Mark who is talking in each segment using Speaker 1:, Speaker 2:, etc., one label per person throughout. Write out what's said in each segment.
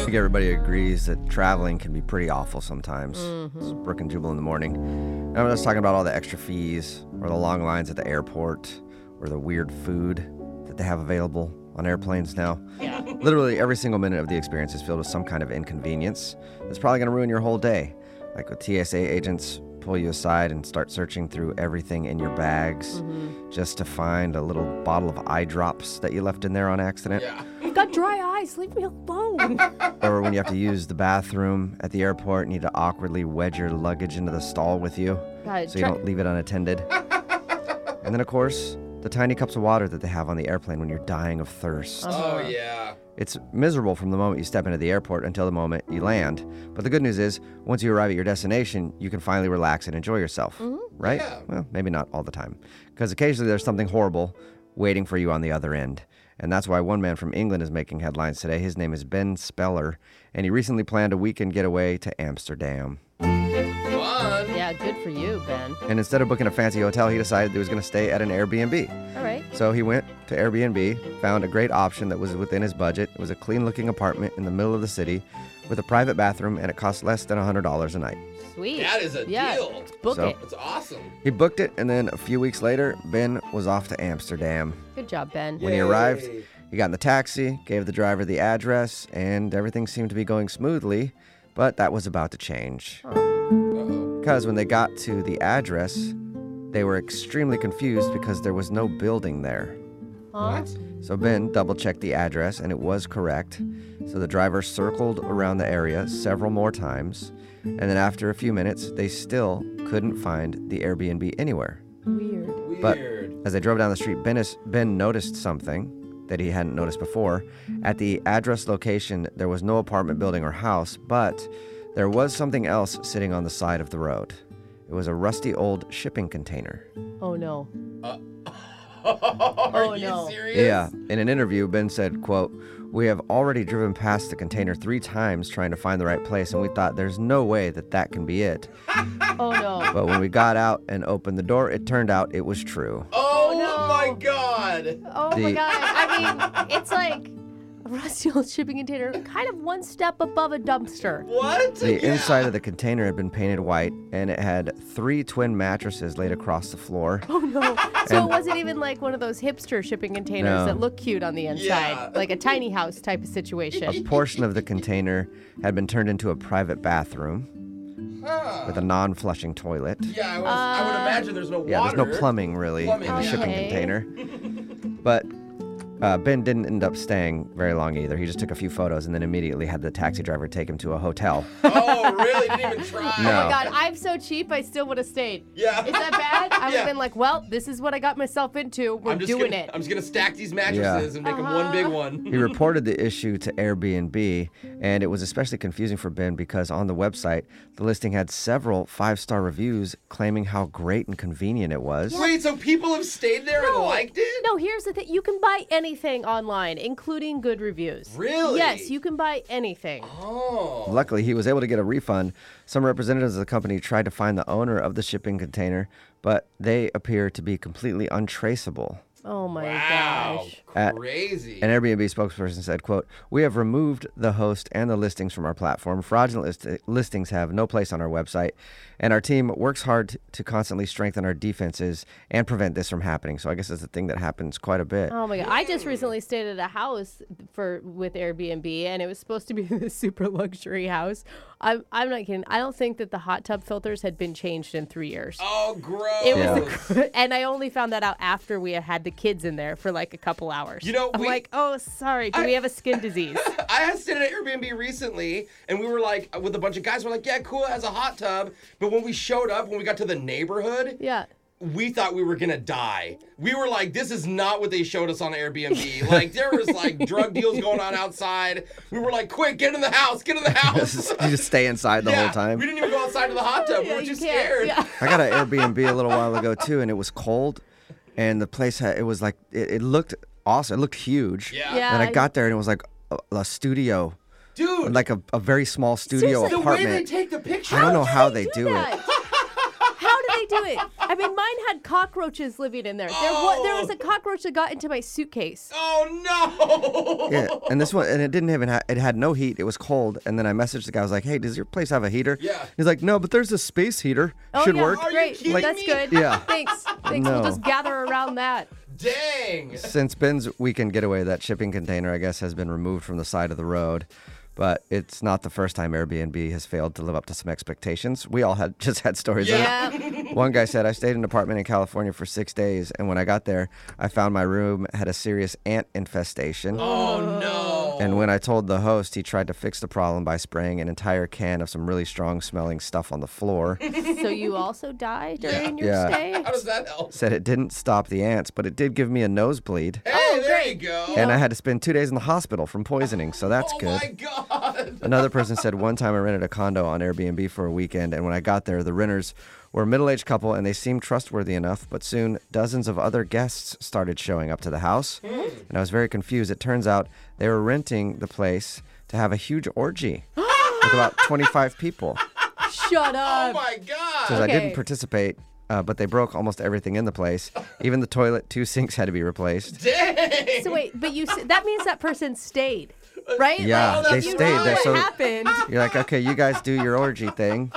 Speaker 1: think everybody agrees that traveling can be pretty awful sometimes. It's Brook and Jubal in the morning. And I'm just talking about all the extra fees, or the long lines at the airport, or the weird food that they have available on airplanes now. Literally every single minute of the experience is filled with some kind of inconvenience that's probably going to ruin your whole day. Like with TSA agents pull you aside and start searching through everything in your bags just to find a little bottle of eye drops that you left in there on accident
Speaker 2: I've got dry eyes. Leave me alone.
Speaker 1: or when you have to use the bathroom at the airport and you need to awkwardly wedge your luggage into the stall with you
Speaker 2: God,
Speaker 1: so you
Speaker 2: tra-
Speaker 1: don't leave it unattended. and then, of course, the tiny cups of water that they have on the airplane when you're dying of thirst.
Speaker 3: Oh
Speaker 2: Uh-huh.
Speaker 3: yeah.
Speaker 1: It's miserable from the moment you step into the airport until the moment you land. But the good news is, once you arrive at your destination, you can finally relax and enjoy yourself. Right?
Speaker 3: Yeah.
Speaker 1: Well, maybe not all the time. Because occasionally there's something horrible waiting for you on the other end. And that's why one man from England is making headlines today. His name is Ben Speller, and he recently planned a weekend getaway to Amsterdam.
Speaker 3: Fun.
Speaker 2: yeah, good for you, Ben.
Speaker 1: And instead of booking a fancy hotel, he decided he was going to stay at an Airbnb.
Speaker 2: All right.
Speaker 1: So he went to Airbnb, found a great option that was within his budget. It was a clean looking apartment in the middle of the city with a private bathroom, and it cost less than $100 a night.
Speaker 2: Sweet.
Speaker 3: That is a
Speaker 2: yeah,
Speaker 3: deal.
Speaker 2: Book
Speaker 1: So-
Speaker 2: it.
Speaker 3: That's awesome.
Speaker 1: He booked it, and then a few weeks later, Ben was off to Amsterdam.
Speaker 2: Good job, Ben.
Speaker 1: When he arrived,
Speaker 3: Yay.
Speaker 1: he got in the taxi, gave the driver the address, and everything seemed to be going smoothly, but that was about to change.
Speaker 3: Uh-oh.
Speaker 1: Because when they got to the address, they were extremely confused because there was no building there.
Speaker 2: Huh?
Speaker 1: So Ben double checked the address and it was correct. So the driver circled around the area several more times. And then after a few minutes, they still couldn't find the Airbnb anywhere.
Speaker 2: Weird.
Speaker 1: But-
Speaker 3: Weird.
Speaker 1: As they drove down the street, ben, is, ben noticed something that he hadn't noticed before. At the address location, there was no apartment building or house, but there was something else sitting on the side of the road. It was a rusty old shipping container.
Speaker 2: Oh no.
Speaker 3: Are
Speaker 2: Oh,
Speaker 3: you
Speaker 2: no.
Speaker 3: serious?
Speaker 1: Yeah. In an interview, Ben said, quote, We have already driven past the container three times trying to find the right place, and we thought there's no way that that can be it.
Speaker 2: Oh no.
Speaker 1: But when we got out and opened the door, it turned out it was true.
Speaker 3: Oh,
Speaker 2: no.
Speaker 3: my god.
Speaker 2: Oh my
Speaker 1: The-
Speaker 2: god. I mean, it's like a rusty old shipping container, kind of one step above a dumpster.
Speaker 3: What?
Speaker 1: The
Speaker 3: Yeah.
Speaker 1: inside of the container had been painted white, and it had three twin mattresses laid across the floor.
Speaker 2: Oh no. So
Speaker 1: And-
Speaker 2: it wasn't even like one of those hipster shipping containers
Speaker 1: No.
Speaker 2: that look cute on the inside,
Speaker 3: Yeah.
Speaker 2: like a tiny house type of situation.
Speaker 1: A portion of the container had been turned into a private bathroom
Speaker 3: Huh.
Speaker 1: with a non flushing toilet.
Speaker 3: Yeah, I, was, I would imagine there's no
Speaker 1: Yeah,
Speaker 3: water.
Speaker 1: there's no plumbing really
Speaker 3: Plumbing,
Speaker 1: in the
Speaker 3: yeah.
Speaker 1: shipping
Speaker 2: Okay.
Speaker 1: container. But uh, Ben didn't end up staying very long either. He just took a few photos and then immediately had the taxi driver take him to a hotel.
Speaker 3: Oh, really? Didn't even try.
Speaker 1: No.
Speaker 2: Oh my god, I'm so cheap, I still would have stayed.
Speaker 3: Yeah.
Speaker 2: Is that bad? I would have
Speaker 3: Yeah.
Speaker 2: been like, well, this is what I got myself into. We're
Speaker 3: I'm just
Speaker 2: doing
Speaker 3: gonna,
Speaker 2: it. Uh-huh.
Speaker 3: I'm just gonna stack these mattresses and make them one big one.
Speaker 1: He reported the issue to Airbnb, and it was especially confusing for Ben because on the website, the listing had several five star reviews claiming how great and convenient it was.
Speaker 3: Wait, so people have stayed there and liked it?
Speaker 2: No, here's the thing. You can buy anything online, including good reviews.
Speaker 3: Really?
Speaker 2: Yes, you can buy anything.
Speaker 3: Oh.
Speaker 1: Luckily, he was able to get a refund. Some representatives of the company tried to find the owner of the shipping container, but they appear to be completely untraceable.
Speaker 2: Oh my
Speaker 3: Wow.
Speaker 2: gosh.
Speaker 3: Crazy.
Speaker 1: An Airbnb spokesperson said, quote, We have removed the host and the listings from our platform. Fraudulent list- listings have no place on our website. And our team works hard to constantly strengthen our defenses and prevent this from happening. So I guess it's a thing that happens quite a bit.
Speaker 2: Oh my god! I just recently stayed at a house for with Airbnb, and it was supposed to be this super luxury house. I'm I'm not kidding. I don't think that the hot tub filters had been changed in three years.
Speaker 3: oh, gross.
Speaker 2: It was, the, and I only found that out after we had had the kids in there for like a couple hours.
Speaker 3: You know,
Speaker 2: I'm
Speaker 3: we-
Speaker 2: like, oh, sorry, do we have a skin disease?
Speaker 3: I had stayed at an Airbnb recently, and we were like with a bunch of guys. We're like, yeah, cool, it has a hot tub. But when we showed up, when we got to the neighborhood,
Speaker 2: yeah.
Speaker 3: we thought we were gonna die. We were like, this is not what they showed us on Airbnb. like there was like drug deals going on outside. We were like, quick, get in the house, get in the house.
Speaker 1: you just stay inside the
Speaker 3: yeah,
Speaker 1: whole time.
Speaker 3: We didn't even go outside to the hot tub.
Speaker 2: Yeah,
Speaker 3: we were
Speaker 2: you
Speaker 3: too
Speaker 2: can't.
Speaker 3: scared.
Speaker 2: Yeah.
Speaker 1: I got an Airbnb a little while ago too, and it was cold, and the place had, it was like it, it looked awesome. It looked huge.
Speaker 3: Yeah.
Speaker 2: Yeah.
Speaker 1: And I
Speaker 2: I-
Speaker 1: got there, and it was like a, a studio,
Speaker 3: Dude,
Speaker 1: like a, a very small studio
Speaker 2: Seriously?
Speaker 3: the
Speaker 1: apartment.
Speaker 3: way they take the picture.
Speaker 1: I don't know how they
Speaker 2: do
Speaker 1: do it.
Speaker 2: that? How do they do it. I mean, mine had cockroaches living in there. There, wa- there was a cockroach that got into my suitcase.
Speaker 3: Oh no!
Speaker 1: Yeah, and this one, and it didn't even ha- it had no heat. It was cold. And then I messaged the guy. I was like, "Hey, does your place have a heater?"
Speaker 3: Yeah.
Speaker 1: He's like, "No, but there's a space heater.
Speaker 2: Oh,
Speaker 1: Should
Speaker 2: yeah,
Speaker 1: work."
Speaker 3: Are you
Speaker 2: Great.
Speaker 3: kidding
Speaker 2: That's
Speaker 3: me?
Speaker 2: good.
Speaker 1: Yeah.
Speaker 2: Thanks. Thanks. We'll
Speaker 1: No.
Speaker 2: just gather around that.
Speaker 3: Dang!
Speaker 1: Since Ben's weekend getaway, that shipping container, I guess, has been removed from the side of the road. But it's not the first time Airbnb has failed to live up to some expectations. We all had just had stories of it.
Speaker 2: Yeah.
Speaker 1: One guy said, I stayed in an apartment in California for six days, and when I got there, I found my room had a serious ant infestation.
Speaker 3: Oh no!
Speaker 1: And when I told the host, he tried to fix the problem by spraying an entire can of some really strong smelling stuff on the floor.
Speaker 2: so you also die during your
Speaker 1: Yeah.
Speaker 2: stay?
Speaker 3: How does that help?
Speaker 1: said it didn't stop the ants, but it did give me a nosebleed.
Speaker 3: Hey,
Speaker 2: Oh,
Speaker 3: there
Speaker 2: great.
Speaker 3: you go.
Speaker 1: And I had to spend two days in the hospital from poisoning, so that's
Speaker 3: oh
Speaker 1: good.
Speaker 3: my god!
Speaker 1: Another person said one time I rented a condo on Airbnb for a weekend, and when I got there, the renters were a middle aged couple and they seemed trustworthy enough, but soon dozens of other guests started showing up to the house.
Speaker 3: Hmm?
Speaker 1: And I was very confused. It turns out they were renting the place to have a huge orgy with about 25 people.
Speaker 2: Shut
Speaker 3: Oh
Speaker 2: up.
Speaker 3: my
Speaker 1: Says
Speaker 3: god!
Speaker 1: I didn't
Speaker 2: Okay.
Speaker 1: participate, uh, but they broke almost everything in the place. Even the toilet, two sinks had to be replaced.
Speaker 3: Dang!
Speaker 2: so wait, but you s- that means that person stayed, right?
Speaker 1: Yeah,
Speaker 2: Like, if
Speaker 1: they
Speaker 2: you
Speaker 1: stayed.
Speaker 2: Know
Speaker 1: They're
Speaker 2: what
Speaker 1: so-
Speaker 2: happened?
Speaker 1: You're like, okay, you guys do your orgy thing.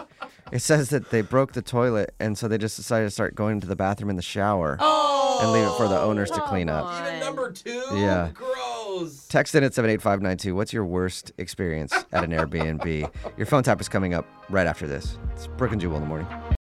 Speaker 1: It says that they broke the toilet, and so they just decided to start going to the bathroom in the shower and leave it for the owners to clean up.
Speaker 2: come on.
Speaker 3: Even number two?
Speaker 1: Yeah.
Speaker 3: Gross.
Speaker 1: Text in at 78592. What's your worst experience at an Airbnb? Your phone tap is coming up right after this. It's Brooke and Jewel in the morning.